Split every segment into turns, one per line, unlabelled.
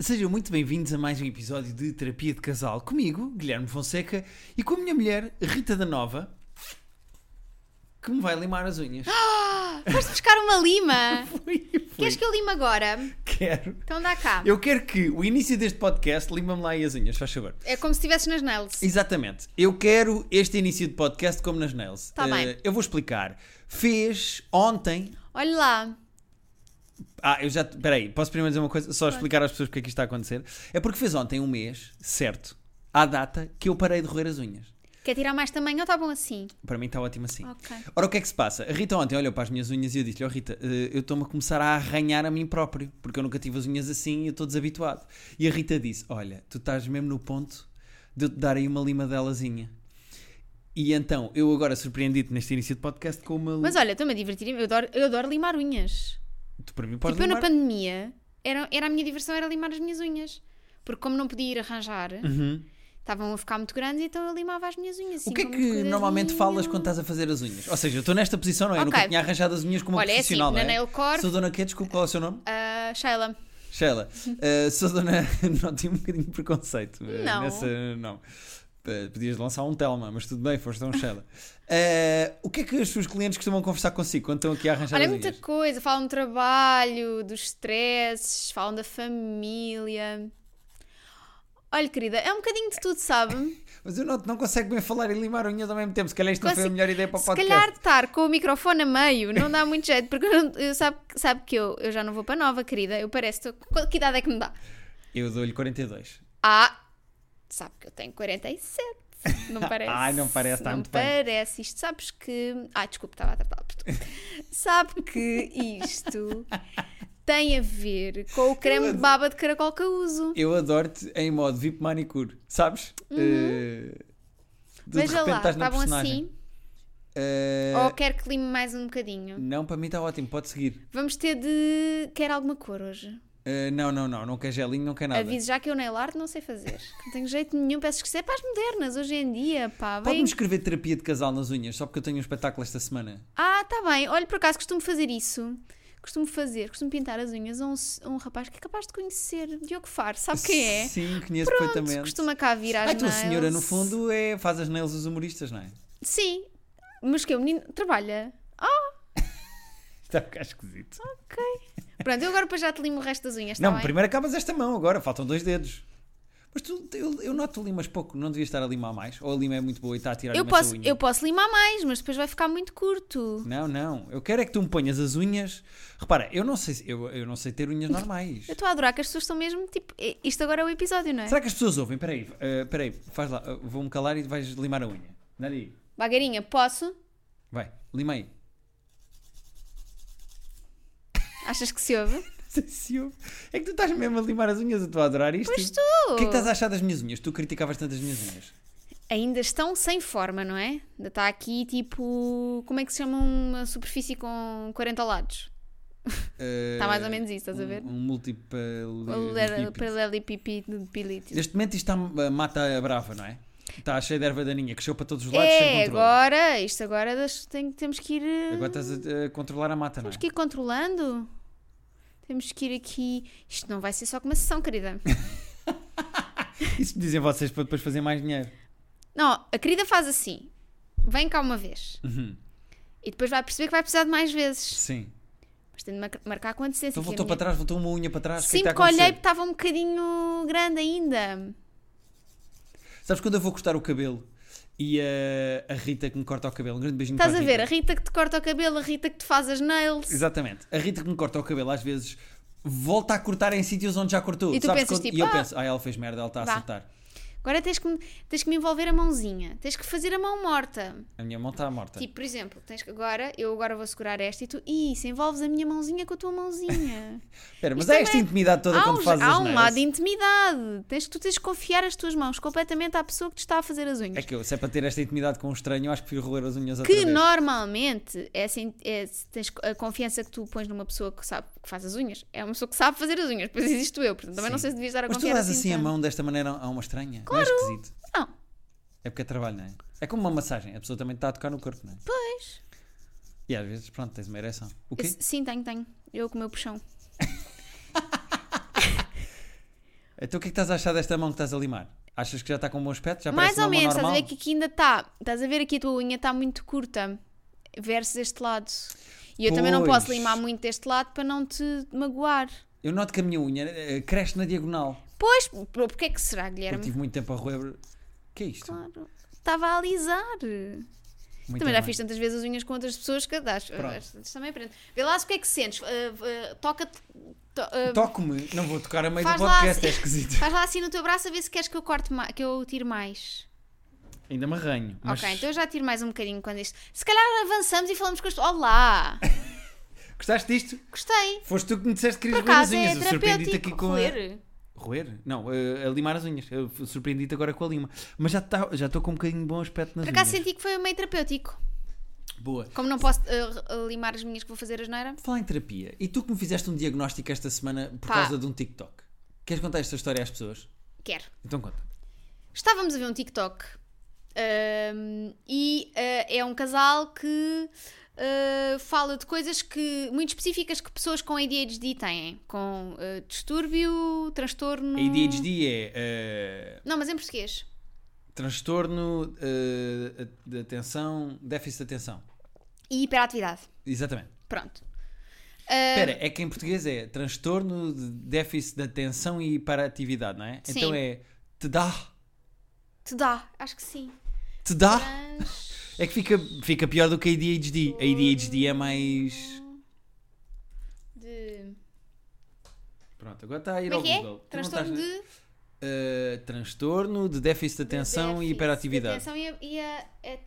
Sejam muito bem-vindos a mais um episódio de Terapia de Casal comigo, Guilherme Fonseca, e com a minha mulher, Rita da Nova, que me vai limar as unhas.
Ah, Foste buscar uma lima.
Fui,
Queres
fui.
que eu lime agora?
Quero.
Então dá cá.
Eu quero que o início deste podcast lima-me lá aí as unhas, faz favor.
É como se estivesses nas nails.
Exatamente. Eu quero este início de podcast como nas nails.
Tá bem.
Eh, eu vou explicar. Fez ontem.
Olha lá.
Ah, eu já. Peraí, posso primeiro dizer uma coisa? Só explicar às pessoas porque é que isto está a acontecer. É porque fez ontem um mês, certo, à data que eu parei de roer as unhas.
Quer tirar mais também ou está bom assim?
Para mim está ótimo assim.
Ok.
Ora, o que é que se passa? A Rita ontem olhou para as minhas unhas e eu disse-lhe: oh, Rita, eh, eu estou-me a começar a arranhar a mim próprio, porque eu nunca tive as unhas assim e eu estou desabituado. E a Rita disse: Olha, tu estás mesmo no ponto de eu te dar aí uma lima delazinha. E então, eu agora surpreendi-te neste início de podcast com uma.
Mas olha, estou-me a divertir. Eu adoro, eu adoro limar unhas.
tu para mim podes
tipo, eu na
limar?
pandemia, era, era a minha diversão era limar as minhas unhas. Porque como não podia ir arranjar,
Uhum.
estavam a ficar muito grandes, então eu limava as minhas unhas.
O
assim,
que é
com
que
muito
normalmente
cuidadinho.
falas quando estás a fazer as unhas? Ou seja, eu estou nesta posição, não é? Eu
Ok.
nunca tinha arranjado as unhas como uma
Olha, é assim,
profissional,
na
não é?
Nail Corp-
Sou Dona Quê? Desculpa, qual é o seu nome?
Ah, Sheila,
Sheila, eh, sou dona. não, tinha um bocadinho de preconceito. eh,
Não.
Nessa, não. Eh, Podias lançar um Telma, mas tudo bem, foste um Sheila. Eh, o que é que os seus clientes costumam conversar consigo quando estão aqui a arranjar
olha, é
as
muita
unhas?
coisa. Falam do trabalho, dos stresses, falam da família. Olha, querida, é um bocadinho de tudo, sabe?
Mas eu noto, não consigo bem falar e limar unhas ao mesmo tempo. Se calhar isto não foi a
Consigo-
melhor ideia para o
Se
podcast.
calhar estar com o microfone a meio não dá muito jeito, porque eu não- eu sabe, sabe que eu, eu já não vou para nova, querida. Eu pareço. estou- Qual- Que idade é que me dá?
Eu dou-lhe 42.
Ah, sabe que eu tenho 47. Não parece.
Ai, não parece, está
não
muito bem.
parece. Isto sabes que. Ai, desculpe, estava a tratar por tu. Sabe que isto tem a ver com o creme de baba de caracol que eu uso.
Eu adoro-te em modo VIP manicure, sabes? Eh, de
Uhum. Veja
repente
lá,
estás na
estavam
personagem.
assim.
Eh,
Ou quer que lime mais um bocadinho?
Não, para mim está ótimo, pode seguir.
Vamos ter de. Quer alguma cor hoje?
Eh, não, não, não, não quer gelinho, não quer nada.
Aviso já que eu nail art não sei fazer. Não tenho jeito nenhum. Peço que isso é para as modernas hoje em dia, pá. Vem...
Pode-me escrever terapia de casal nas unhas, só porque eu tenho um espetáculo esta semana.
Ah, tá bem. Olha, por acaso costumo fazer isso. Costumo fazer, costumo pintar as unhas a um, se- a um rapaz que é capaz de conhecer, Diogo Faro, sabe quem é?
Sim, conheço
Pronto,
perfeitamente. Ah, então
costuma cá vir às
A tua
nails.
senhora, no fundo, é, faz as nails dos humoristas, não é?
Sim, mas que o menino trabalha.
Está um bocado esquisito.
Ok. Pronto, eu agora depois já te limo o resto das unhas, tá
não,
Ah, bem?
primeiro acabas esta mão agora, faltam dois dedos. Mas tu, eu, eu noto que limas pouco, não devias estar a limar mais? Ou a lima é muito boa e está a tirar
Eu
imensa
posso,
unha?
eu posso limar mais, mas depois vai ficar muito curto.
Não, não, eu quero é que tu me ponhas as unhas. Repara, eu não sei, se- eu, eu não sei ter unhas normais.
Eu estou a adorar que as pessoas estão mesmo tipo. eh, Isto agora é o episódio, não é?
Será que as pessoas ouvem? Espera aí, eh, espera aí, faz lá, eh, vou-me calar e vais limar a unha. Dá aí.
Bagarinha, posso?
Vai, lima aí.
Achas que se ouve?
Sei se eu- É que tu estás mesmo a limar as unhas, eu estou a adorar isto.
Pois
O que é que estás
tu!
a achar das minhas unhas? Tu criticavas tanto as minhas unhas.
Ainda estão sem forma, não é? Ainda está aqui tipo. Como é que se chama uma superfície com 40 lados? Está mais ou menos isso, estás a ver?
Um, um múltiplo.
Paralelepipedipilitis.
Neste momento isto está a mata a brava, não é? Está cheio de erva daninha, cresceu para todos os lados sem
É,
controle.
agora, isto agora das- tem- temos que ir. eh,
Agora estás a, a controlar a mata, não é?
Temos que ir controlando. Temos que ir aqui. Isto não vai ser só com uma sessão, querida.
Isso me dizem vocês para depois fazer mais dinheiro.
Não, a querida faz assim. Vem cá uma vez.
Uhum.
E depois vai perceber que vai precisar de mais vezes.
Sim.
Mas tem de mar- marcar com antecedência.
Então
que a
voltou
minha-
para trás, voltou uma unha para trás. o que é
é Sim,
que está
porque
a
olhei
acontecer?
estava um bocadinho grande ainda.
Sabes quando eu vou cortar o cabelo e eh, a, Rita que me corta o cabelo? Um grande beijinho
Estás
para
a ver? A
Rita.
Rita que te corta o cabelo, a Rita que te faz as nails.
Exatamente. A Rita que me corta o cabelo às vezes volta a cortar em sítios onde já cortou.
E tu
Sabes
pensas,
quando-
tipo,
e eu
"Ah,
penso, ah, ela fez merda, ela está a
vá."
acertar.
Agora tens que, me, tens que me envolver a mãozinha. Tens que fazer a mão morta.
A minha mão está morta.
Tipo, por exemplo, tens que agora, eu agora vou segurar esta e tu, isso, envolves a minha mãozinha com a tua mãozinha.
Espera, mas
isto
há
também
esta
é-
intimidade toda
há
quando
um,
fazes
há
as
um
nails.
lado de intimidade. Tens, tu tens que confiar as tuas mãos completamente à pessoa que te está a fazer as unhas.
É que eu, se é para ter esta intimidade com um estranho, eu acho que prefiro roer as unhas outra
Que
vez.
normalmente é assim, é- tens a confiança que tu pões numa pessoa que sabe que faz as unhas. É uma pessoa que sabe fazer as unhas, depois existo eu, portanto também não
Sim.
sei se devias dar a
Mas tu
confiança.
dás assim a
tanto.
mão desta maneira a uma estranha? Claro. Não é esquisito?
Não,
É porque é trabalho, não é? É como uma massagem, a pessoa também está a tocar no corpo, não é?
pois.
E às vezes, pronto, tens uma ereção. O quê?
Esse- sim, tenho, tenho. Eu com o meu puxão.
Então o que é que estás a achar desta mão que estás a limar? Achas que já está com um bom aspecto? Já
Mais
parece uma
ou menos,
mão
estás a
normal?
ver que aqui ainda está. Estás a ver aqui a tua unha está muito curta versus este lado. E eu também não posso
Pois.
limar muito deste lado para não te magoar.
Eu noto que a minha unha eh, cresce na diagonal.
Pois, pô, porque é que será,
Eu
Guilherme?
tive muito tempo a roer. que é isto?
Claro. Estava a alisar.
Muito
também
tá
já
bem.
fiz tantas vezes as unhas com outras pessoas que das,
Pronto.
das- também aprendo. Vê lá se o que é que sentes. Ah, ah, Toca-te. to- ah,
Toco-me, não vou tocar a meio do
Faz lá
podcast,
assim.
é esquisito.
Faz lá assim no teu braço a ver se queres que eu corte mais, que eu tire mais.
Ainda me arranho. Mas
Ok, então eu já tiro mais um bocadinho quando isto. Se calhar avançamos e falamos com as Olá!
Gostaste disto?
Gostei!
Foste tu que me disseste que
Por
querias roer as
acaso
unhas.
é
Eu surpreendi-te
terapêutico.
aqui com a...
roer.
Roer? Não, eh, a limar as unhas. Eu f- surpreendi-te agora com a lima. Mas já tá- já estou com um bocadinho de bom aspecto nas
Por acaso
unhas.
senti que foi um meio terapêutico.
Boa.
Como não posso ah, limar as minhas que vou fazer a geneira.
Falar em terapia. E tu que me fizeste um diagnóstico esta semana por
Pá.
causa de um TikTok. Queres contar esta história às pessoas?
Quero.
Então conta.
Estávamos a ver um TikTok ahm, e ah, é um casal que ah, fala de coisas que, muito específicas que pessoas com ADHD têm, com ah, distúrbio, transtorno.
A ADHD é eh,
Não, mas em português.
transtorno eh, de atenção, déficit de atenção.
E hiperatividade.
Exatamente.
Pronto. Eh,
Espera, é que em português é transtorno de déficit de atenção e hiperatividade, não é?
Sim.
Então é te dá,
Te dá, acho que sim.
te dá.
Trans...
É que fica, fica pior do que a ADHD. A ADHD é mais.
De...
Pronto, agora está a ir
Como é
ao
que é?
Google. Tu não
Transtorno
estás-
de.
Eh, transtorno de déficit de atenção
déficit
e hiperatividade.
de Atenção e a. e a- é-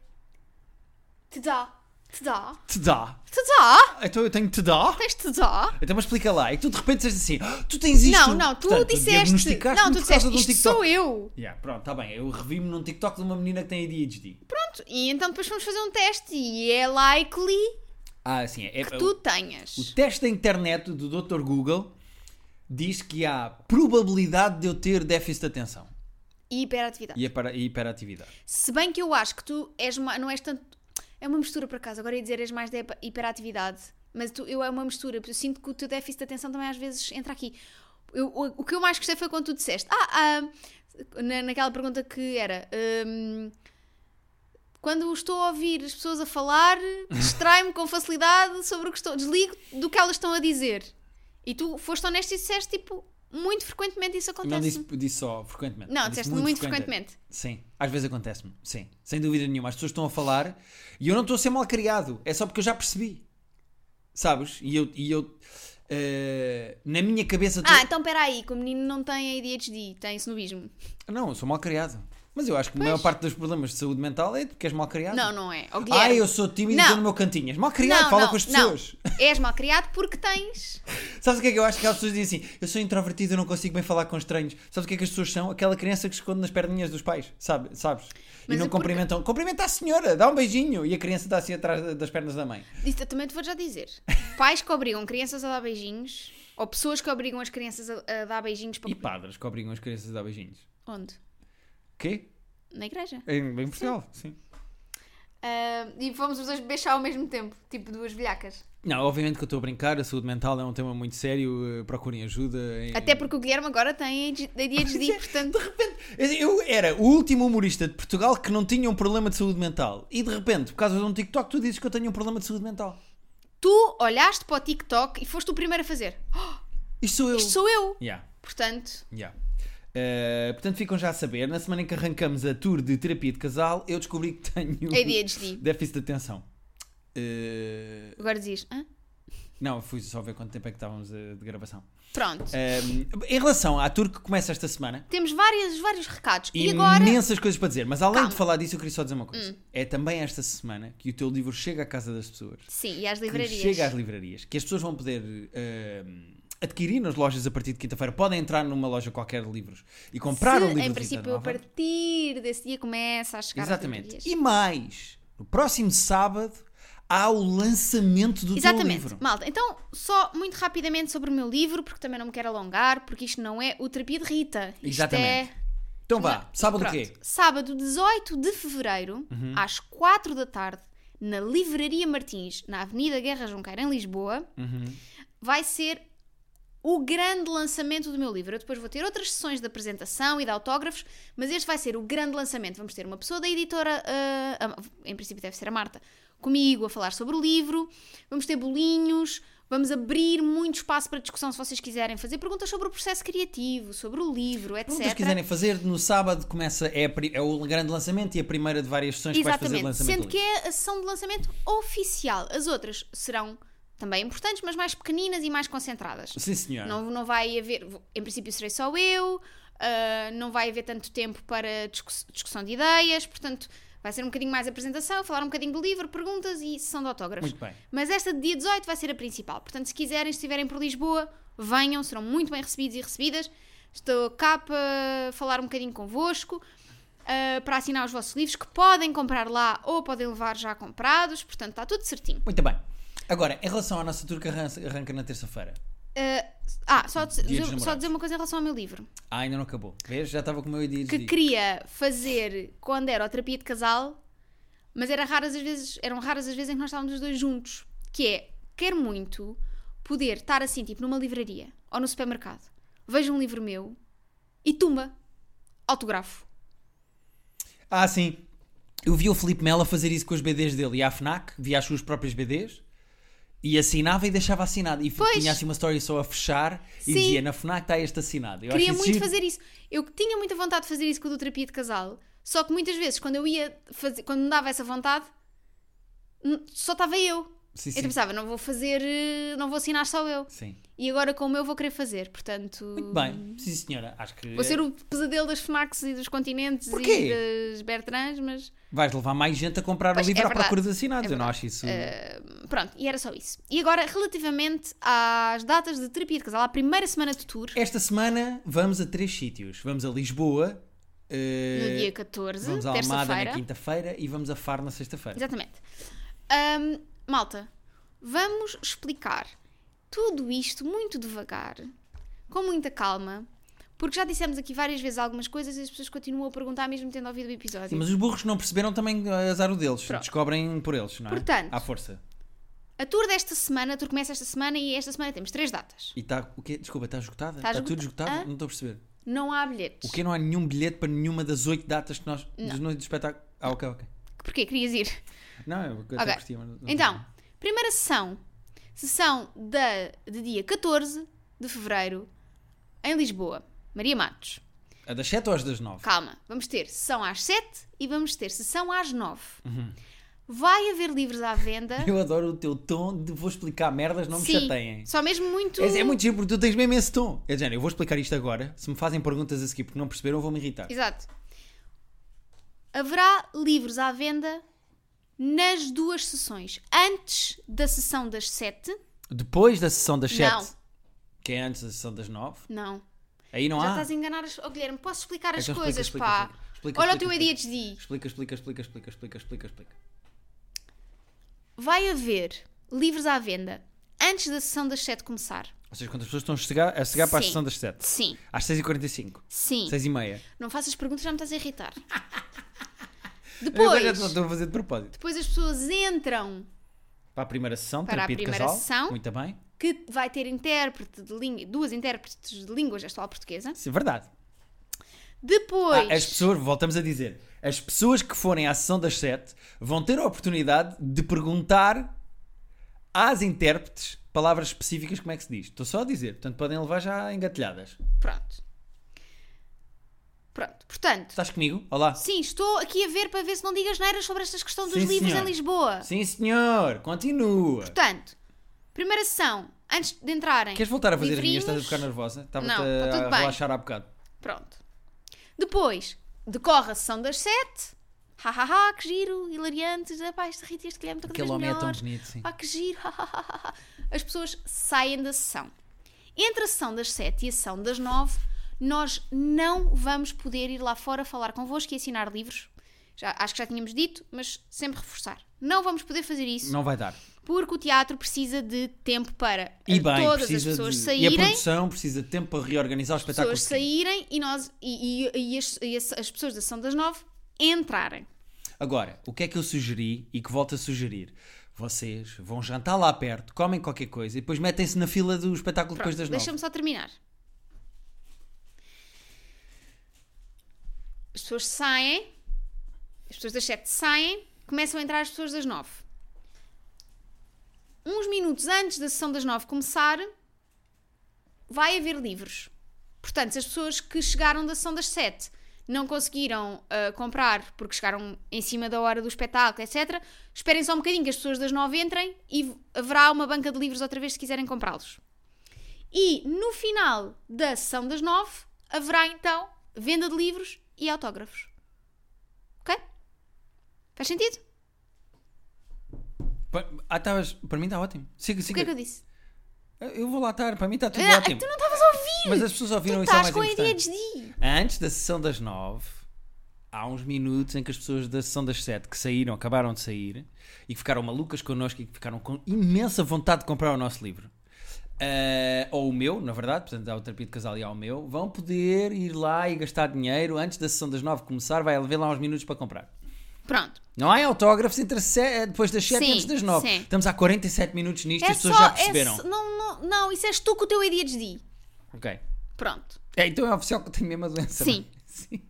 Te dá. Te dá.
Te dá.
Te dá.
Então eu tenho te dá?
Tens te dá.
Então mas explica lá. E tu de repente dizes assim: "Ah, tu tens isto.
Não, não, tu
Portanto, um
disseste.
diagnosticaste-me
Não, tu
por causa
disseste,
de um
isto
TikTok.
sou eu.
Yeah, pronto, está bem. Eu revi-me num TikTok de uma menina que tem ADHD.
Pronto, e então depois fomos fazer um teste e é likely
Ah, sim. É,
que tu
O
tenhas.
teste da internet do Dr. Google diz que há probabilidade de eu ter déficit de atenção
E hiperatividade.
e hipera- e hiperatividade.
Se bem que eu acho que tu és ma- não és tanto. É uma mistura por acaso, agora ia dizer és mais da hipa- hiperatividade, mas tu, eu é uma mistura, porque eu sinto que o teu déficit de atenção também às vezes entra aqui. Eu- o, o que eu mais gostei foi quando tu disseste, ah, ah, na, naquela pergunta que era. hum, quando estou a ouvir as pessoas a falar, distrai-me com facilidade sobre o que estou. Desligo do que elas estão a dizer. E tu foste honesto e disseste, tipo, muito frequentemente isso
Não
acontece.
disse, disse só frequentemente.
Não,
Disse
disseste muito, frequentemente.
Sim, às vezes acontece-me. Sim, sem dúvida nenhuma. As pessoas estão a falar e eu não estou a ser mal criado. É só porque eu já percebi. Sabes? E eu. E eu eh, na minha cabeça. tu-
Ah, então espera aí, que o menino não tem ADHD, tem snobismo.
Não, eu sou mal criado. Mas eu acho que a maior parte dos problemas de saúde mental é porque és mal criado.
Não, não é. Oh,
Ah,
Guilherme,
eu sou tímido e
Não.
estou no meu cantinho. És mal criado,
Não,
fala
não,
com as
não.
pessoas.
És mal criado porque tens.
Sabes o que é que eu acho que as pessoas dizem assim? Eu sou introvertido, eu não consigo bem falar com estranhos. Sabes o que é que as pessoas são? Aquela criança que se esconde nas perninhas dos pais, sabe, sabes?
Mas
e não
é porque-
cumprimentam. Cumprimenta a senhora, dá um beijinho. E a criança está assim atrás da- das pernas da mãe.
Isso eu também te vou já dizer. Pais que obrigam crianças a dar beijinhos, ou pessoas que obrigam as crianças a, a dar beijinhos para.
E padres que obrigam as crianças a dar beijinhos.
Onde?
Quê?
Na igreja.
Em, em Portugal, sim.
Ah, e fomos os dois beijar ao mesmo tempo, tipo duas velhacas.
Não, obviamente que eu estou a brincar, a saúde mental é um tema muito sério, eh, procurem ajuda. em-
Até porque o Guilherme agora tem ADHD, portanto.
Eu era o último humorista de Portugal que não tinha um problema de saúde mental. E de repente, por causa de um TikTok, tu dizes que eu tenho um problema de saúde mental.
Tu olhaste para o TikTok e foste o primeiro a fazer. Oh,
Isto sou eu.
isto sou eu!
Yeah.
Portanto,
Yeah. Uh, portanto, ficam já a saber. Na semana em que arrancamos a tour de terapia de casal, eu descobri que tenho
É ADHD.
déficit de atenção. Uh,
Agora dizes. hã?
não, fui só ver quanto tempo é que estávamos uh, de gravação.
Pronto.
Um, em relação à tour que começa esta semana,
Temos várias, vários recados. E agora.
imensas coisas para dizer, mas além
Calma. Hum.
de falar disso, eu queria só dizer uma coisa: é também esta semana que o teu livro chega à casa das pessoas.
Sim, e às
que
livrarias.
chega às livrarias, que as pessoas vão poder eh, adquirir nas lojas a partir de quinta-feira, podem entrar numa loja qualquer de livros e comprar
Se,
um livro
em
de
princípio,
Rita
a
Nova.
partir desse dia começa a chegar às
Exatamente.
livrarias.
E mais, no próximo sábado há o lançamento do
Exatamente.
teu livro.
Malta, então, só muito rapidamente sobre o meu livro, porque também não me quero alongar, porque isto não é o Terapia de Rita. Isto
Exatamente.
É...
Então vá, sábado o
Pronto.
quê? Uhum.
Sábado 18 de fevereiro, às 4 da tarde, na
Uhum.
Livraria Martins, na Avenida Guerra Junqueira, em Lisboa, vai ser o grande lançamento do meu livro. Eu depois vou ter outras sessões de apresentação e de autógrafos, mas este vai ser o grande lançamento. Vamos ter uma pessoa da editora, ah, ah, em princípio deve ser a Marta, comigo a falar sobre o livro. Vamos ter bolinhos, vamos abrir muito espaço para discussão se vocês quiserem fazer perguntas sobre o processo criativo, sobre o livro, etc.
Perguntas que quiserem fazer, no sábado começa, é, a pri- é o grande lançamento e a primeira de várias sessões que vais fazer de
Exatamente,
lançamento.
sendo que é a sessão de lançamento oficial. As outras serão também importantes, mas mais pequeninas e mais concentradas.
Sim, senhora.
Não, não vai haver, em princípio serei só eu, ah, não vai haver tanto tempo para discuss- discussão de ideias, portanto vai ser um bocadinho mais apresentação, falar um bocadinho do livro, perguntas e sessão de autógrafos.
Muito bem.
Mas esta de dia 18 vai ser a principal, portanto se quiserem, se estiverem por Lisboa, venham, serão muito bem recebidos e recebidas. Estou cá para falar um bocadinho convosco, ah, para assinar os vossos livros, que podem comprar lá ou podem levar já comprados, portanto está tudo certinho.
Muito bem. Agora, em relação à nossa tour que arranca, arranca na terça-feira.
Ah, só, dizer-
Dia dos
só
Namorados.
dizer uma coisa em relação ao meu livro.
Ah, ainda não acabou. Vês? Já estava com o meu dia
que queria fazer quando era a terapia de casal, mas era raras as vezes, eram raras as vezes em que nós estávamos os dois juntos. Que é, quero muito poder estar assim, tipo numa livraria ou no supermercado, vejo um livro meu e tumba, autografo.
Ah, sim. Eu vi o Filipe Mela fazer isso com os BDs dele e à FNAC, via as suas próprias BDs e assinava e deixava assinado. E f-
Pois.
tinha assim uma história só a fechar e
Sim.
dizia na FNAC está este assinado. Eu
queria
acho isso
muito
giro.
fazer isso. Eu tinha muita vontade de fazer isso com a do terapia de casal, só que muitas vezes quando eu ia fazer, quando me dava essa vontade, n- só estava eu.
Sim,
Eu
sim.
pensava, não vou fazer, eh, não vou assinar só eu.
Sim.
E agora com o meu vou querer fazer, portanto.
Muito bem. Sim, senhora. Acho que
Vou ser o pesadelo das FNACs e dos continentes
É. Porquê?
e das Bertrands, mas
vais levar mais gente a comprar
Pois,
o livro
é
à procura
verdade.
de assinados.
É
Eu não
verdade.
acho isso.
pronto, e era só isso. E agora, relativamente às datas de terapia de casal, à primeira semana de tour,
Esta semana vamos a três sítios. Vamos a Lisboa. eh,
no dia 14,
Vamos a Almada
terça-feira.
na quinta-feira e vamos a Faro na sexta-feira.
Exatamente. Ahm, malta, vamos explicar tudo isto muito devagar, com muita calma, porque já dissemos aqui várias vezes algumas coisas e as pessoas continuam a perguntar, mesmo tendo ouvido o episódio.
Sim, mas os burros que não perceberam também eh, azar o deles.
Pronto.
Descobrem por eles, não é?
Portanto.
À força.
A tour desta semana, a tour começa esta semana e esta semana temos três datas.
E está o quê? Desculpa, está esgotada?
Tá
Está
esgota-
tudo esgotado?
Hã?
Não estou a perceber.
Não há bilhetes.
O é quê? Não há nenhum bilhete para nenhuma das oito datas que nós. Dos noites do espetáculo. Ah, ok, ok.
Porquê? Querias ir?
Não, eu até
Ok.
curtia, mas não- não
Então, primeira sessão. Sessão da, de dia 14 de fevereiro, em Lisboa. Maria Matos.
sei. A das sete ou às das nove?
Calma, vamos ter sessão às 7 e vamos ter sessão às 9.
Uhum.
Vai haver livros à venda.
Eu adoro o teu tom de vou explicar merdas, não me
Sim,
chateiem.
Só mesmo muito.
É, é muito giro porque tu tens mesmo esse tom. É de género, eu vou explicar isto agora. Se me fazem perguntas a seguir porque não perceberam, eu vou-me irritar.
Exato. Haverá livros à venda nas duas sessões. Antes da sessão das 7.
Depois da sessão das sete,
Não.
que é antes da sessão das nove,
Não.
aí não
Já
há.
estás a enganar as. Oh, Guilherme, posso explicar as
Então explica,
coisas,
explica,
pá.
explica. Explica,
Olha
explica,
o teu
explica.
ADHD.
Explica, explica, explica, explica, explica, explica, explica.
Vai haver livros à venda antes da sessão das 7 começar.
Ou seja, quando as pessoas estão a chegar, a chegar para a
Sim.
sessão das sete.
Sim,
Às 6h45.
sim.
6h30.
Não faças perguntas, já me estás a irritar.
Eu agora já
Depois,
estou a fazer de propósito.
depois as pessoas entram,
Para a primeira sessão,
Para a
terapia
primeira
de casal.
sessão.
Muito bem.
que vai ter intérprete de língua, duas intérpretes de língua gestual portuguesa.
Isso é verdade. Ah,
Depois,
as pessoas, voltamos a dizer, as pessoas que forem à sessão das 7 vão ter a oportunidade de perguntar às intérpretes palavras específicas como é que se diz. Estou só a dizer. Portanto, podem levar já engatilhadas.
pronto. Pronto, portanto,
Estás comigo? Olá.
sim, estou aqui a ver para ver se não digas neiras sobre estas questões dos
Sim,
livros
senhora.
em Lisboa.
Sim, senhor. Continua.
Portanto, primeira sessão, antes de entrarem.
Queres voltar a fazer as minhas? Estás a
livrinhos.
ficar nervosa? Estava-te
Não,
a
tá tudo bem.
relaxar há bocado.
Pronto. Depois, decorre a sessão das 7. Ha, ha, ha, que giro, hilariante. Epá, este Rita e este Guilherme estão
Aquele
cada
homem
vez
é tão
melhores.
bonito, sim.
Pá, que giro. ha, ha, ha, ha, ha. As pessoas saem da sessão. Entre a sessão das 7 e a sessão das 9, nós não vamos poder ir lá fora falar convosco e assinar livros. Já, acho que já tínhamos dito, mas sempre reforçar. Não vamos poder fazer isso
Não vai dar.
porque o teatro precisa de tempo para
E
eh,
bem,
todas as
precisa
pessoas
de... E a
saírem
produção tá precisa de tempo para reorganizar o espetáculo.
pessoas
seguinte.
saírem e nós e, e- e as, e as- as pessoas da sessão das nove entrarem.
Agora, o que é que eu sugeri e que volto a sugerir? Vocês vão jantar lá perto, comem qualquer coisa e depois metem-se na fila do espetáculo depois
Pronto,
das nove.
deixa-me só terminar. As pessoas saem, as pessoas das 7 saem, começam a entrar as pessoas das 9. Uns minutos antes da sessão das 9 começar, vai haver livros. Portanto, se as pessoas que chegaram da sessão das 7 não conseguiram ah, comprar porque chegaram em cima da hora do espetáculo, etc., esperem só um bocadinho que as pessoas das 9 entrem e haverá uma banca de livros outra vez se quiserem comprá-los. E no final da sessão das nove haverá então venda de livros e autógrafos. Ok? Faz sentido?
Pa- Ah, estavas. Para mim está ótimo. Siga,
O que
siga.
é que eu disse?
eu... vou lá estar, para mim está tudo
Ah,
ótimo.
tu não estavas a ouvir!
Mas as pessoas ouviram
tu
isso é o mais
estás com a ideia
importante.
de dia.
Antes da sessão das nove, há uns minutos em que as pessoas da sessão das sete que saíram, acabaram de sair e que ficaram malucas connosco e que ficaram com imensa vontade de comprar o nosso livro. ah, ou o meu, na verdade, portanto, há o terapia de casal e há o meu, vão poder ir lá e gastar dinheiro antes da sessão das nove começar, vai haver lá uns minutos para comprar.
Pronto.
Não há autógrafos entre se- depois das 7
Sim,
e antes das 9.
sim.
Estamos há 47 minutos nisto e as pessoas já perceberam.
É só- não, não, não, isso és tu com o teu ideia de dia.
Ok.
Pronto.
É, então é oficial que eu tenho mesmo a doença.
Sim.
não é? Sim.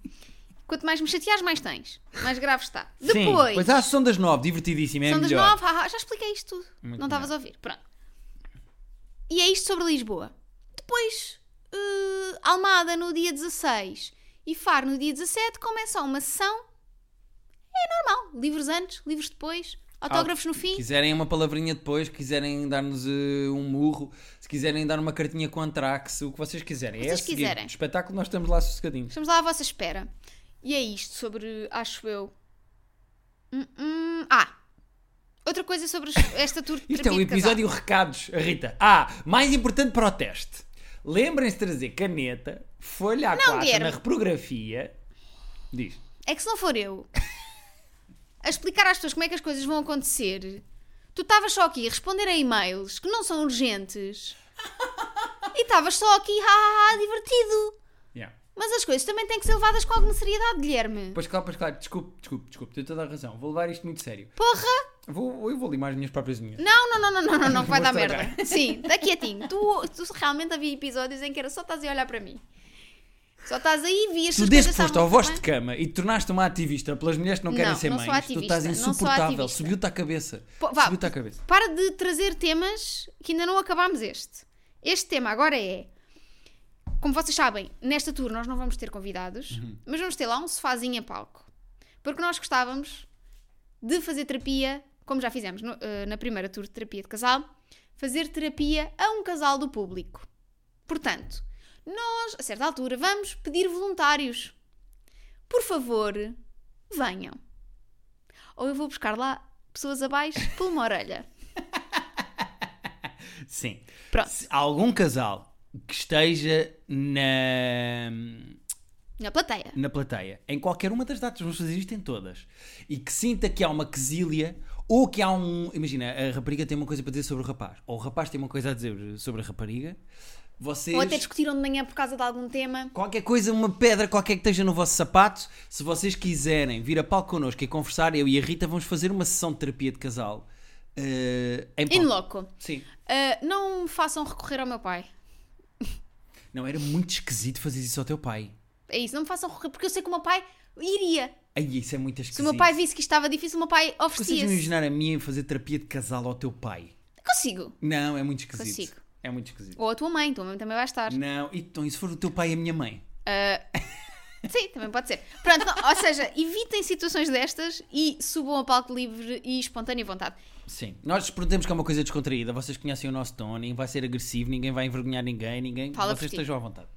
Quanto mais me chateares, mais tens. Mais grave está.
Sim.
Depois.
Pois há a sessão das 9, divertidíssima, é
São das
melhor.
nove, haha, já expliquei isto tudo.
Muito
não estavas a ouvir. Pronto. E é isto sobre Lisboa. Depois, eh, Almada no dia 16 e Faro no dia 17 começa uma sessão. É normal. Livros antes, livros depois, autógrafos no
Ah,
fim.
Quiserem uma palavrinha depois, quiserem dar-nos eh, um murro, se quiserem dar uma cartinha com antrax, o que vocês quiserem. é
Vocês
a seguir.
quiserem.
O espetáculo nós estamos lá sossegadinhos.
Estamos lá à vossa espera. E é isto sobre, acho eu. Hum, hum, ah! Outra coisa sobre os- esta tour de
Isto é o
terapia de casal.
episódio Recados, Rita. Ah, mais importante para o teste. Lembrem-se de trazer caneta, folha a quatro
Guilherme.
na reprografia. Diz.
É que se não for eu a explicar às pessoas como é que as coisas vão acontecer, tu estavas só aqui a responder a e-mails que não são urgentes e estavas só aqui, ha, ha, ha, divertido.
Yeah.
Mas as coisas também têm que ser levadas com alguma seriedade, Guilherme.
Pois claro, pois claro, desculpe, desculpe, desculpe, tenho toda a razão. Vou levar isto muito sério.
Porra!
Vou, eu vou limar as minhas próprias unhas.
Não, não, não, não, não, não, não que vai
Vou
dar
estragar.
merda. Sim, está quietinho. Tu, tu realmente havia episódios em que era só estás a olhar para mim. Só estás aí e vias se
Tu
as
deste
coisas
posto
estavam
ao voz
bem.
de cama e te tornaste uma ativista pelas mulheres que não querem
Não,
ser
não
mães.
sou
tu
ativista,
estás
não sou
insuportável.
ativista.
Subiu-te à cabeça.
Pô, vá.
Subiu-te à cabeça.
Para de trazer temas que ainda não acabámos este. Este tema agora é. Como vocês sabem, nesta tour nós não vamos ter convidados, mas vamos ter lá um sofazinho a palco. Porque nós gostávamos de fazer terapia, como já fizemos no- eh, na primeira tour de terapia de casal, fazer terapia a um casal do público. Portanto, nós, a certa altura, vamos pedir voluntários. Por favor, venham. Ou eu vou buscar lá pessoas abaixo por uma orelha.
Sim.
Pronto.
Se algum casal que esteja na.
Na plateia.
na plateia, em qualquer uma das datas, vamos fazer isto em todas, e que sinta que há uma quesília ou que há um. Imagina, a rapariga tem uma coisa para dizer sobre o rapaz, ou o rapaz tem uma coisa a dizer sobre a rapariga, vocês.
Ou até discutiram de manhã por causa de algum tema.
Qualquer coisa, uma pedra qualquer que esteja no vosso sapato, se vocês quiserem vir a palco connosco e conversar, eu e a Rita vamos fazer uma sessão de terapia de casal. eh, em palco.
In loco.
Sim.
Ah, não me façam recorrer ao meu pai.
Não, era muito esquisito fazer isso ao teu pai.
É isso, não me façam recorrer, porque eu sei que o meu pai iria.
Ai, isso é muito esquisito.
Se o meu pai visse que isto estava difícil, o meu pai
Consegues me
oferecia-se.
imaginar a mim a fazer terapia de casal ao teu pai?
Consigo.
Não, é muito esquisito.
Consigo.
É muito esquisito.
Ou a tua mãe, tua mãe também vai estar.
Não, então, e se for o teu pai e a minha mãe?
Sim, também pode ser. Pronto, não, ou seja, evitem situações destas e subam a palco livre e espontânea vontade.
Sim. Nós prometemos que é uma coisa descontraída. Vocês conhecem o nosso tom, ninguém vai ser agressivo, ninguém vai envergonhar ninguém, ninguém.
Fala por
Vocês
ti.
estejam à vontade.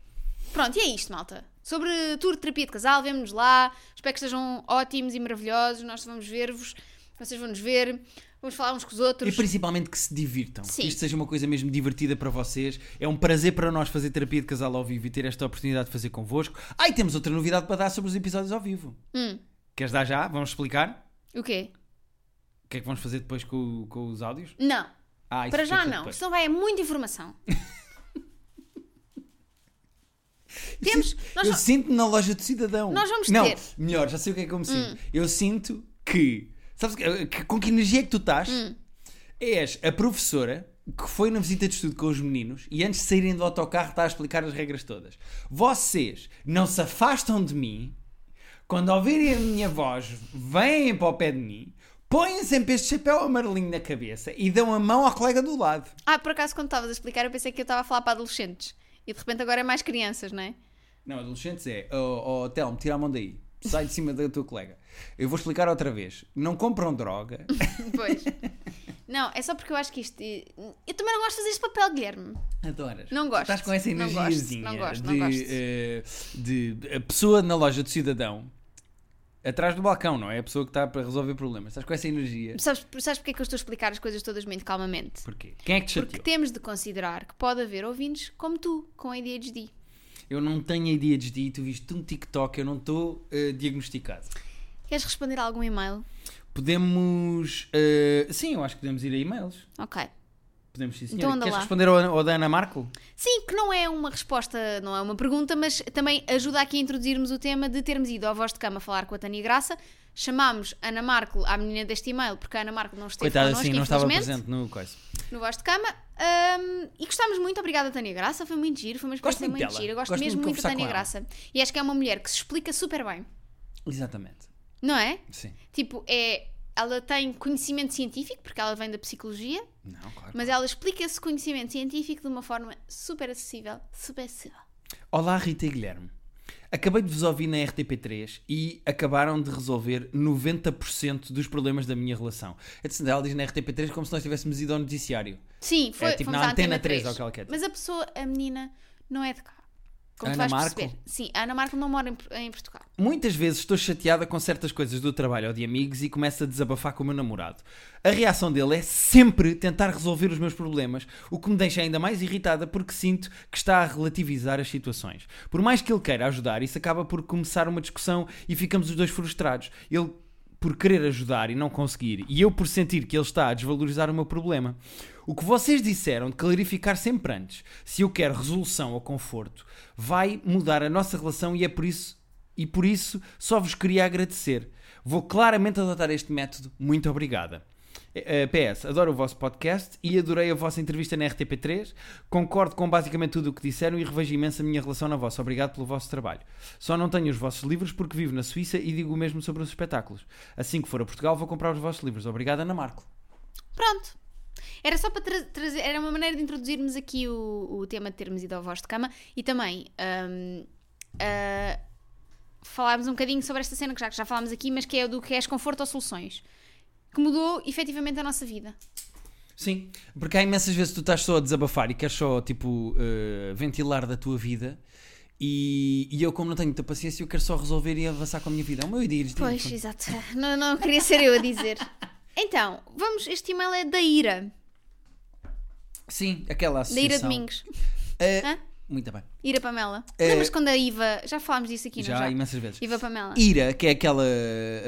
Pronto, e é isto, malta. Sobre tour de terapia de casal, vemo-nos lá. Espero que estejam ótimos e maravilhosos. Nós vamos ver-vos. Vocês vão nos ver. Vamos falar uns com os outros.
E principalmente que se divirtam.
Sim.
Que isto seja uma coisa mesmo divertida para vocês. É um prazer para nós fazer terapia de casal ao vivo e ter esta oportunidade de fazer convosco. Ah, e temos outra novidade para dar sobre os episódios ao vivo.
Hum.
Queres dar já? Vamos explicar?
O quê?
O que é que vamos fazer depois com, o- com os áudios?
Não.
Ah, isso
Para já
fica
não,
depois.
senão vai é muita informação. Temos. Nós
é- eu
só-
sinto-me na loja do cidadão.
Nós vamos
Não,
ter. Hum. Hum.
melhor, já sei o que é que eu me sinto. Eu sinto que. Sabes que- que- com que energia é que tu estás? És a professora que foi na visita de estudo com os meninos e antes de saírem do autocarro está a explicar as regras todas. Vocês não se afastam de mim quando ouvirem a minha voz, vêm para o pé de mim, põem sempre este chapéu amarelinho na cabeça e dão a mão ao colega do lado.
Ah, por acaso, quando estavas a explicar, eu pensei que eu estava a falar para adolescentes. E de repente agora é mais crianças, não é?
Não, adolescentes é, oh, oh Telmo, tira a mão daí. Sai de cima da tua colega. Eu vou explicar outra vez. Não compram droga.
Pois. Não, é só porque eu acho que isto. Eu também não gosto de fazer este papel, Guilherme.
Adoras.
Não gosto.
Estás com essa
Não gosto,
energiazinha
não gosto, não
de,
gosto.
eh, de a pessoa na loja do cidadão atrás do balcão, não é? A pessoa que está para resolver problemas. Estás com essa energia.
Sabes, sabes porque é que eu estou a explicar as coisas todas muito calmamente?
Porquê? Quem é que te chateou?
Porque temos de considerar que pode haver ouvintes como tu, com ADHD.
Eu não tenho ADHD e tu viste um TikTok, eu não estou eh, diagnosticado.
Queres responder a algum e-mail?
Podemos. eh, sim, eu acho que podemos ir a e-mails.
Ok.
Podemos sim,
Então
senhora.
anda
Queres
lá.
responder ao, ao da Ana Marco?
Sim, que não é uma resposta, não é uma pergunta, mas também ajuda aqui a introduzirmos o tema de termos ido à voz de cama falar com a Tânia Graça. Chamámos Ana Marco, à menina deste e-mail, porque a Ana Marco não esteve
Coitada,
connosco,
sim, assim, não estava
infelizmente,
presente no coisa.
no voz de cama. Ahm, e gostámos muito, obrigada Tânia Graça, foi muito giro, foi uma
Gosto
experiência
muito
muito
dela,
gira. Eu Gosto,
gosto
mesmo
muito
muito
de
da
conversar
Tânia
com
Graça. E acho que é uma mulher que se explica super bem,
Exatamente.
não é?
Sim.
Tipo, é, ela tem conhecimento científico, porque ela vem da psicologia,
Não, claro.
mas ela explica esse conhecimento científico de uma forma super acessível, super acessível.
Olá, Rita e Guilherme. Acabei de vos ouvir na RTP3 e acabaram de resolver 90% dos problemas da minha relação. A Tessandra, ela diz na RTP3 como se nós tivéssemos ido ao noticiário.
Sim, foi,
É, tipo,
fomos
na
à Antena,
Antena 3,
3.
ou o que ela quer dizer.
Mas a pessoa, a menina, não é de cá. Como
Ana
tu vais
Marco?
perceber. Sim, a Ana Marco não mora em, em Portugal.
Muitas vezes estou chateada com certas coisas do trabalho ou de amigos e começo a desabafar com o meu namorado. A reação dele é sempre tentar resolver os meus problemas, o que me deixa ainda mais irritada porque sinto que está a relativizar as situações. Por mais que ele queira ajudar, isso acaba por começar uma discussão e ficamos os dois frustrados. Ele por querer ajudar e não conseguir, e eu por sentir que ele está a desvalorizar o meu problema. O que vocês disseram de clarificar sempre antes, se eu quero resolução ou conforto, vai mudar a nossa relação e é por isso e por isso só vos queria agradecer. Vou claramente adotar este método. Muito obrigada. Eh, eh, PS, adoro o vosso podcast e adorei a vossa entrevista na RTP3. Concordo com basicamente tudo o que disseram e revejo imenso a minha relação na vossa. Obrigado pelo vosso trabalho. Só não tenho os vossos livros porque vivo na Suíça e digo o mesmo sobre os espetáculos. Assim que for a Portugal, vou comprar os vossos livros. Obrigada, Ana Marco.
Pronto. Era só para tra- trazer, era uma maneira de introduzirmos aqui o, o tema de termos ido ao voz de cama e também hum, ah, falarmos um bocadinho sobre esta cena que já, que já falámos aqui, mas que é do que és conforto ou soluções, que mudou efetivamente a nossa vida.
Sim, porque há imensas vezes que tu estás só a desabafar e queres só, tipo, eh, ventilar da tua vida. E, e eu, como não tenho muita paciência, eu quero só resolver e avançar com a minha vida. É o meu idealismo.
Pois, exato. Não, não queria ser eu a dizer. Então, vamos, este e-mail é da Ira,
Sim, aquela
da
associação.
Ira Domingos.
Eh,
Hã?
muito bem.
Ira Pamela.
É.
Lembras quando a Iva. Já falámos disso aqui,
já,
não já?
imensas vezes.
Iva Pamela.
IRA, que é aquela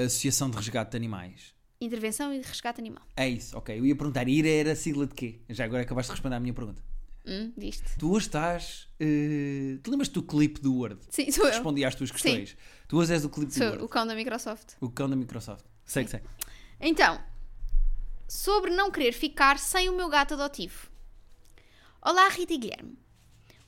associação de resgate de animais.
Intervenção e resgate animal.
É isso, ok. Eu ia perguntar, IRA era sigla de quê? Já agora acabaste de responder à minha pergunta.
Hum, viste?
Tu hoje estás. eh, te lembras do clipe do Word?
Sim, sou eu.
Respondi às tuas questões. Tu hoje és o clipe do
Sou
Word.
o cão da Microsoft.
O cão da Microsoft. Sei que sei.
Então, sobre não querer ficar sem o meu gato adotivo. Olá, Rita e Guilherme.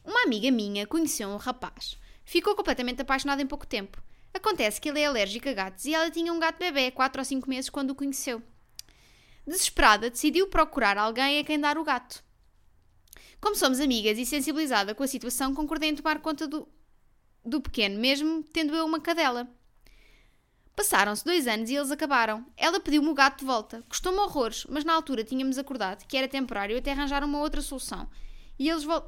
Uma amiga minha conheceu um rapaz. Ficou completamente apaixonada em pouco tempo. Acontece que ele é alérgico a gatos e ela tinha um gato bebê, 4 ou 5 meses, quando o conheceu. Desesperada, decidiu procurar alguém a quem dar o gato. Como somos amigas e sensibilizada com a situação, concordei em tomar conta do, do pequeno, mesmo tendo eu uma cadela. Passaram-se dois anos e eles acabaram. Ela pediu-me o gato de volta. Custou-me horrores, mas na altura tínhamos acordado que era temporário até arranjar uma outra solução. E eles vol...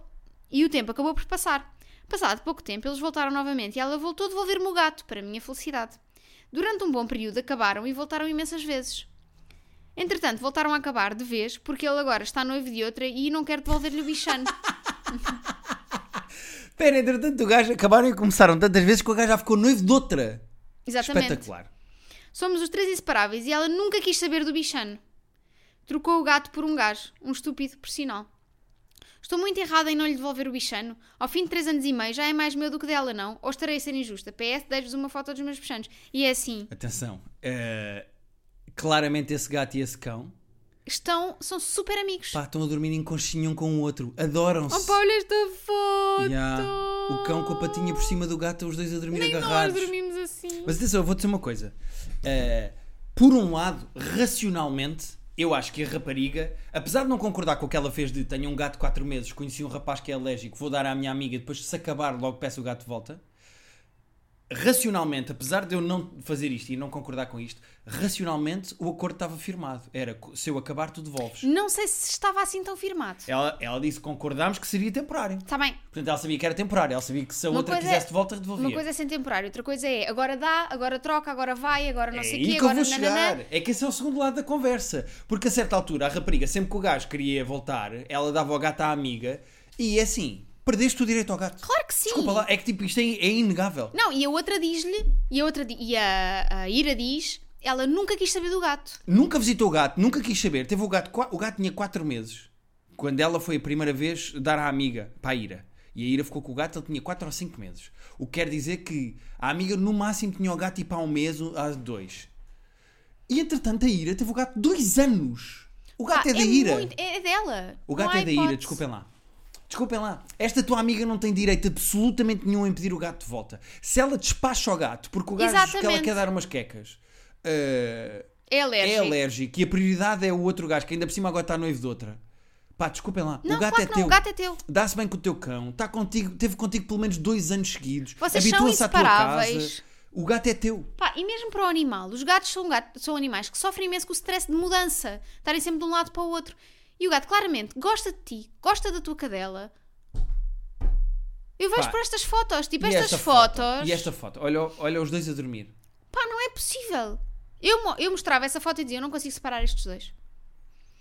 E o tempo acabou por passar. Passado pouco tempo, eles voltaram novamente e ela voltou a devolver-me o gato, para a minha felicidade. Durante um bom período acabaram e voltaram imensas vezes. Entretanto, voltaram a acabar de vez, porque ele agora está noivo de outra e não quer devolver-lhe o bichano.
Pera, entretanto, o gajo acabaram e começaram tantas vezes que o gajo já ficou noivo de outra.
Exatamente.
Espetacular.
Somos os três inseparáveis e ela nunca quis saber do bichano. Trocou o gato por um gajo, um estúpido, por sinal. Estou muito errada em não lhe devolver o bichano. Ao fim de três anos e meio já é mais meu do que dela, não? Ou estarei a ser injusta. PS, deixo-vos uma foto dos meus bichanos. E é assim.
Atenção. eh, claramente esse gato e esse cão
estão, são super amigos.
Pá, estão a dormir em conchinha um com o outro. Adoram-se.
Oh, pá, olha esta foto!
Ya. O cão com a patinha por cima do gato, os dois a dormir
Nem nós
agarrados.
dormimos assim.
Mas atenção, eu vou dizer uma coisa. Eh, por um lado, racionalmente, eu acho que a rapariga, apesar de não concordar com o que ela fez de tenho um gato de 4 meses, conheci um rapaz que é alérgico, vou dar à minha amiga, depois se acabar logo peço o gato de volta. Racionalmente, apesar de eu não fazer isto e não concordar com isto, racionalmente o acordo estava firmado. Era se eu acabar, tu devolves.
Não sei se estava assim tão firmado.
Ela, ela disse que concordámos que seria temporário.
Está bem.
Portanto, ela sabia que era temporário. Ela sabia que se a
Uma
outra
coisa é-
quisesse de volta, devolvia.
Uma coisa é sem temporário, outra coisa é agora dá, agora troca, agora vai, agora não
é
sei
aí
o quê,
que eu
agora
vou
nananã.
chegar. É que esse é o segundo lado da conversa. Porque a certa altura, a rapariga, sempre que o gajo queria voltar, ela dava o gato à amiga e é assim: perdeste o direito ao gato.
Claro que sim.
Desculpa lá, é que tipo, isto é, é inegável.
Não, e a outra diz-lhe, e a outra di- e a, a Ira diz, ela nunca quis saber do gato.
Nunca visitou o gato, nunca quis saber. Teve o gato, qua- o gato tinha 4 meses. Quando ela foi a primeira vez dar à amiga, para a Ira. E a Ira ficou com o gato, ele tinha 4 ou 5 meses. O que quer dizer que a amiga no máximo tinha o gato tipo há um mês, ou há dois. E entretanto a Ira teve o gato 2 anos. O gato
Pá,
é da Ira.
muito- é dela.
O gato
Não há
é da ira,
hipótese.
desculpem lá. Desculpem lá, esta tua amiga não tem direito absolutamente nenhum a impedir o gato de volta. Se ela despacha o gato, porque o gajo que ela
Exatamente.
quer dar umas quecas eh,
É
é
alérgica.
alérgico e a prioridade é o outro gajo, que ainda por cima agora está noivo de outra. Pá, desculpem lá,
Não,
o gato
claro
é
que
teu.
não, o gato é teu.
Dá-se bem com o teu cão, tá contigo, teve contigo pelo menos dois anos seguidos,
Vocês são
habitua-se à tua casa.
inseparáveis.
O gato é teu.
Pá, e mesmo para o animal, os gatos são, um gato- são animais que sofrem imenso com o stress de mudança, estarem sempre de um lado para o outro. E o gato claramente gosta de ti, gosta da tua cadela. Eu vejo
Pá,
por estas fotos, tipo,
E
estas
esta foto?
fotos.
E esta foto, olha, olha os dois a dormir.
Pá, não é possível. Eu, mo- eu mostrava essa foto e dizia, eu não consigo separar estes dois.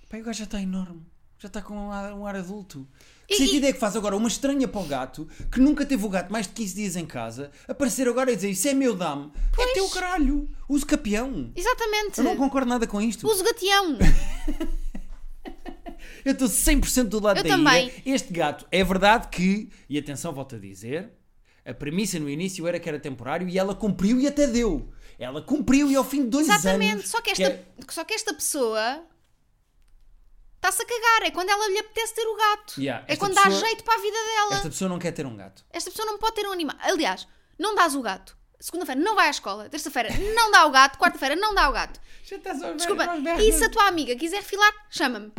Pá, o gajo já está enorme. Já está com um ar, um ar adulto. Que
E-
sentido é que faz agora uma estranha para o gato que nunca teve o gato mais de 15 dias em casa aparecer agora e dizer isso é meu dame? É teu caralho. Uso capião.
Exatamente.
Eu não concordo nada com isto.
Uso gateão.
Eu estou 100% do lado
Eu
da
também.
ira. Este gato, é verdade que, e atenção, volto a dizer, a premissa no início era que era temporário e ela cumpriu e até deu. Ela cumpriu e ao fim de dois anos.
Exatamente. Só que, esta,
é-
só que esta pessoa está-se a cagar. É quando ela lhe apetece ter o gato.
Yeah,
é
esta
quando
pessoa-
dá jeito para a vida dela.
Esta pessoa não quer ter um gato.
Esta pessoa não pode ter um animal. Aliás, não dás o gato. Segunda-feira não vai à escola. Terça-feira não dá o gato. Quarta-feira não dá o gato.
Já estás a ver
Desculpa.
aos berros.
E se a tua amiga quiser filar, chama-me.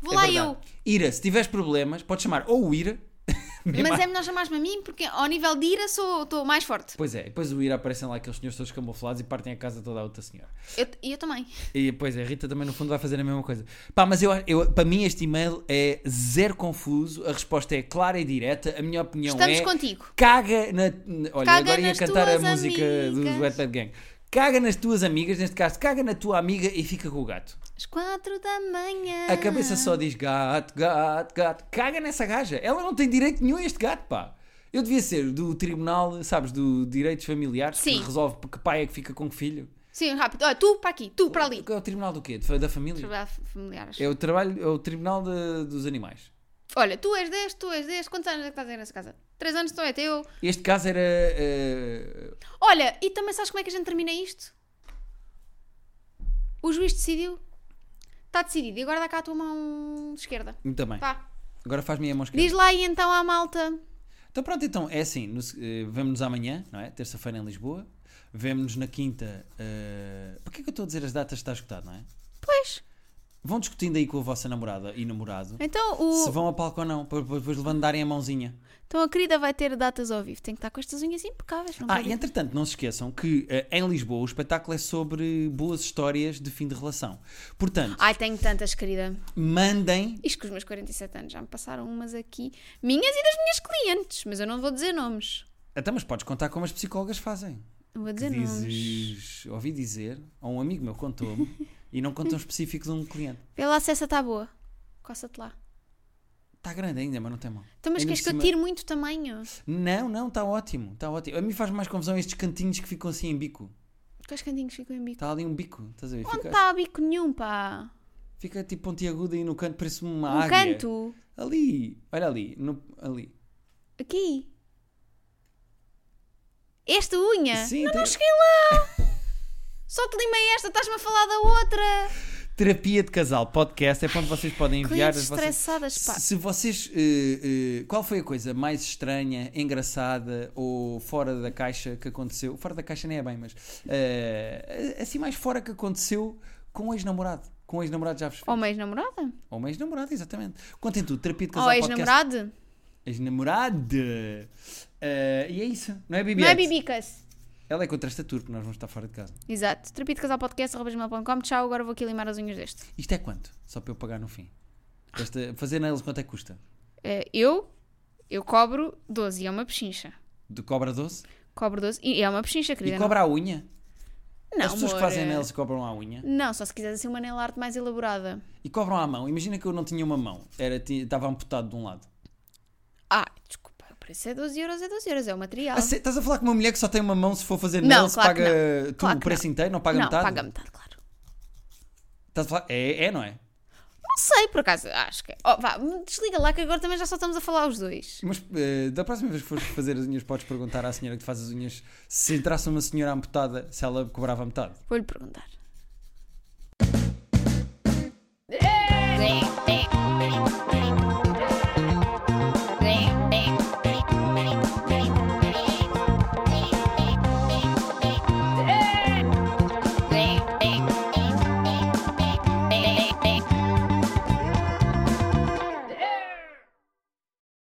Vou
É
lá
verdade.
eu.
Ira, se tiveres problemas, podes chamar ou o Ira. mesmo
Mas
a-
é melhor chamar-me a mim porque ao nível de ira sou- estou mais forte.
Pois é, depois o Ira aparecem lá aqueles senhores todos camuflados e partem a casa toda a outra senhora.
Eu- E eu, também.
E pois é, a Rita também no fundo vai fazer a mesma coisa. Pá, mas eu, eu para mim este e-mail é zero confuso, a resposta é clara e direta, a minha opinião
Estamos
é.
contigo.
Caga na. na- Olha,
Caga
agora ia
nas
cantar a
tuas
música do, do
amigas.
Wet Bad Gang. Caga nas tuas amigas, neste caso, caga na tua amiga e fica com o gato.
Às quatro da manhã.
A cabeça só diz gato, gato, gato. Caga nessa gaja. Ela não tem direito nenhum a este gato, pá. Eu devia ser do tribunal, sabes, do direitos familiares,
Sim.
que resolve que pai é que fica com que filho.
Sim, rápido. Olha, tu para aqui, tu para ali.
É o tribunal do quê? Da família?
Trabalhar familiares.
É o, trabalho, é o tribunal de- dos animais.
Olha, tu és deste, tu és deste. Quantos anos é que estás aí nessa casa? Três anos, então é teu.
Este caso era. eh,
Olha, e também sabes como é que a gente termina isto? O juiz decidiu. Está decidido. E agora dá cá a tua mão esquerda.
muito bem.
Vá.
Agora faz-me a mão esquerda.
Diz lá e então à malta.
Então pronto, então é assim, no, se- eh, vemo-nos amanhã, não é? Terça-feira em Lisboa, vemo-nos na quinta. eh, Porquê que eu estou a dizer as datas está escutado, não é?
Pois.
Vão discutindo aí com a vossa namorada e namorado
Então
se
o.
vão a palco ou não, para depois depois levantarem a mãozinha.
Então a querida vai ter datas ao vivo. Tem que estar com estas unhas impecáveis. Não
Ah,
pode-
e entretanto, não se esqueçam que eh, em Lisboa o espetáculo é sobre boas histórias de fim de relação. Portanto,
Ai, tenho tantas, querida.
mandem.
Isto que os meus 47 anos já me passaram umas aqui. Minhas e das minhas clientes. Mas eu não vou dizer nomes.
Até mas podes contar como as psicólogas fazem.
Não vou
Que
dizer nomes.
Dizes, ouvi dizer, ou um amigo meu contou-me, e não contou específico de um cliente.
Vê lá se essa está boa. Coça-te lá.
Está Tá grande ainda, mas não tem mal.
Então, mas
Ainda por
queres que eu
cima-
tire muito tamanho?
Não, não, está ótimo, está ótimo. A mim faz mais confusão estes cantinhos que ficam assim em bico.
Quais cantinhos ficam em bico?
Está ali um bico, estás a ver?
Onde tá?
Fica,
está bico nenhum, pá?
fica tipo pontiagudo aí no canto, parece uma
Um
águia.
canto.
Ali, olha ali, no- ali.
Aqui. Esta unha?
Sim,
É. não,
tem-
não cheguei lá! Só te limei esta, estás-me a falar da outra!
Terapia de Casal Podcast é para onde vocês podem enviar.
Clientes
as vossas-
estressadas, pá.
Se vocês. eh, eh, qual foi a coisa mais estranha, engraçada ou fora da caixa que aconteceu? Fora da caixa nem é bem, mas. eh, assim, mais fora que aconteceu com o ex-namorado. Com o ex-namorado já vos
Ou uma ex-namorada?
Ou uma ex-namorada, exatamente. Contem tudo. Terapia de
Ou
Casal Podcast.
ex-namorado?
Ex-namorada. Eh, e é isso. Não é Bibi?
Não é
Ed?
bibicas.
Ela é contra esta tour, porque nós vamos estar fora de casa.
Exato. Terapia de casal podcast, arroba gmail.com. Tchau, agora vou aqui limar as unhas deste.
Isto é quanto? Só para eu pagar no fim. Esta, fazer nails quanto é que custa?
Eh, eu, eu cobro 12, é uma pechincha.
De cobra doce?
Cobro 12 e é uma pechincha, querida.
E cobra a unha?
não, não,
As pessoas que
amor,
fazem
eh,
nails cobram a unha?
Não, só se quiseres assim uma nail art mais elaborada.
E cobram à mão. Imagina que eu não tinha uma mão. Era, ti- estava amputado de um lado.
Ah, desculpa, o preço é 12 euros, é euros, é o material.
Ah, se- estás a falar com uma mulher que só tem uma mão se for fazer
Não,
nails?
claro que
paga tu
Claro
o
que
preço inteiro? Não paga
não,
metade?
paga metade, claro.
Estás a falar? É, é, não é?
Não sei, por acaso, acho que. Oh, vá, desliga lá que agora também já só estamos a falar os dois.
Mas eh, da próxima vez que fores fazer as unhas, podes perguntar à senhora que te faz as unhas se entrasse uma senhora amputada, se ela cobrava metade.
Vou-lhe perguntar.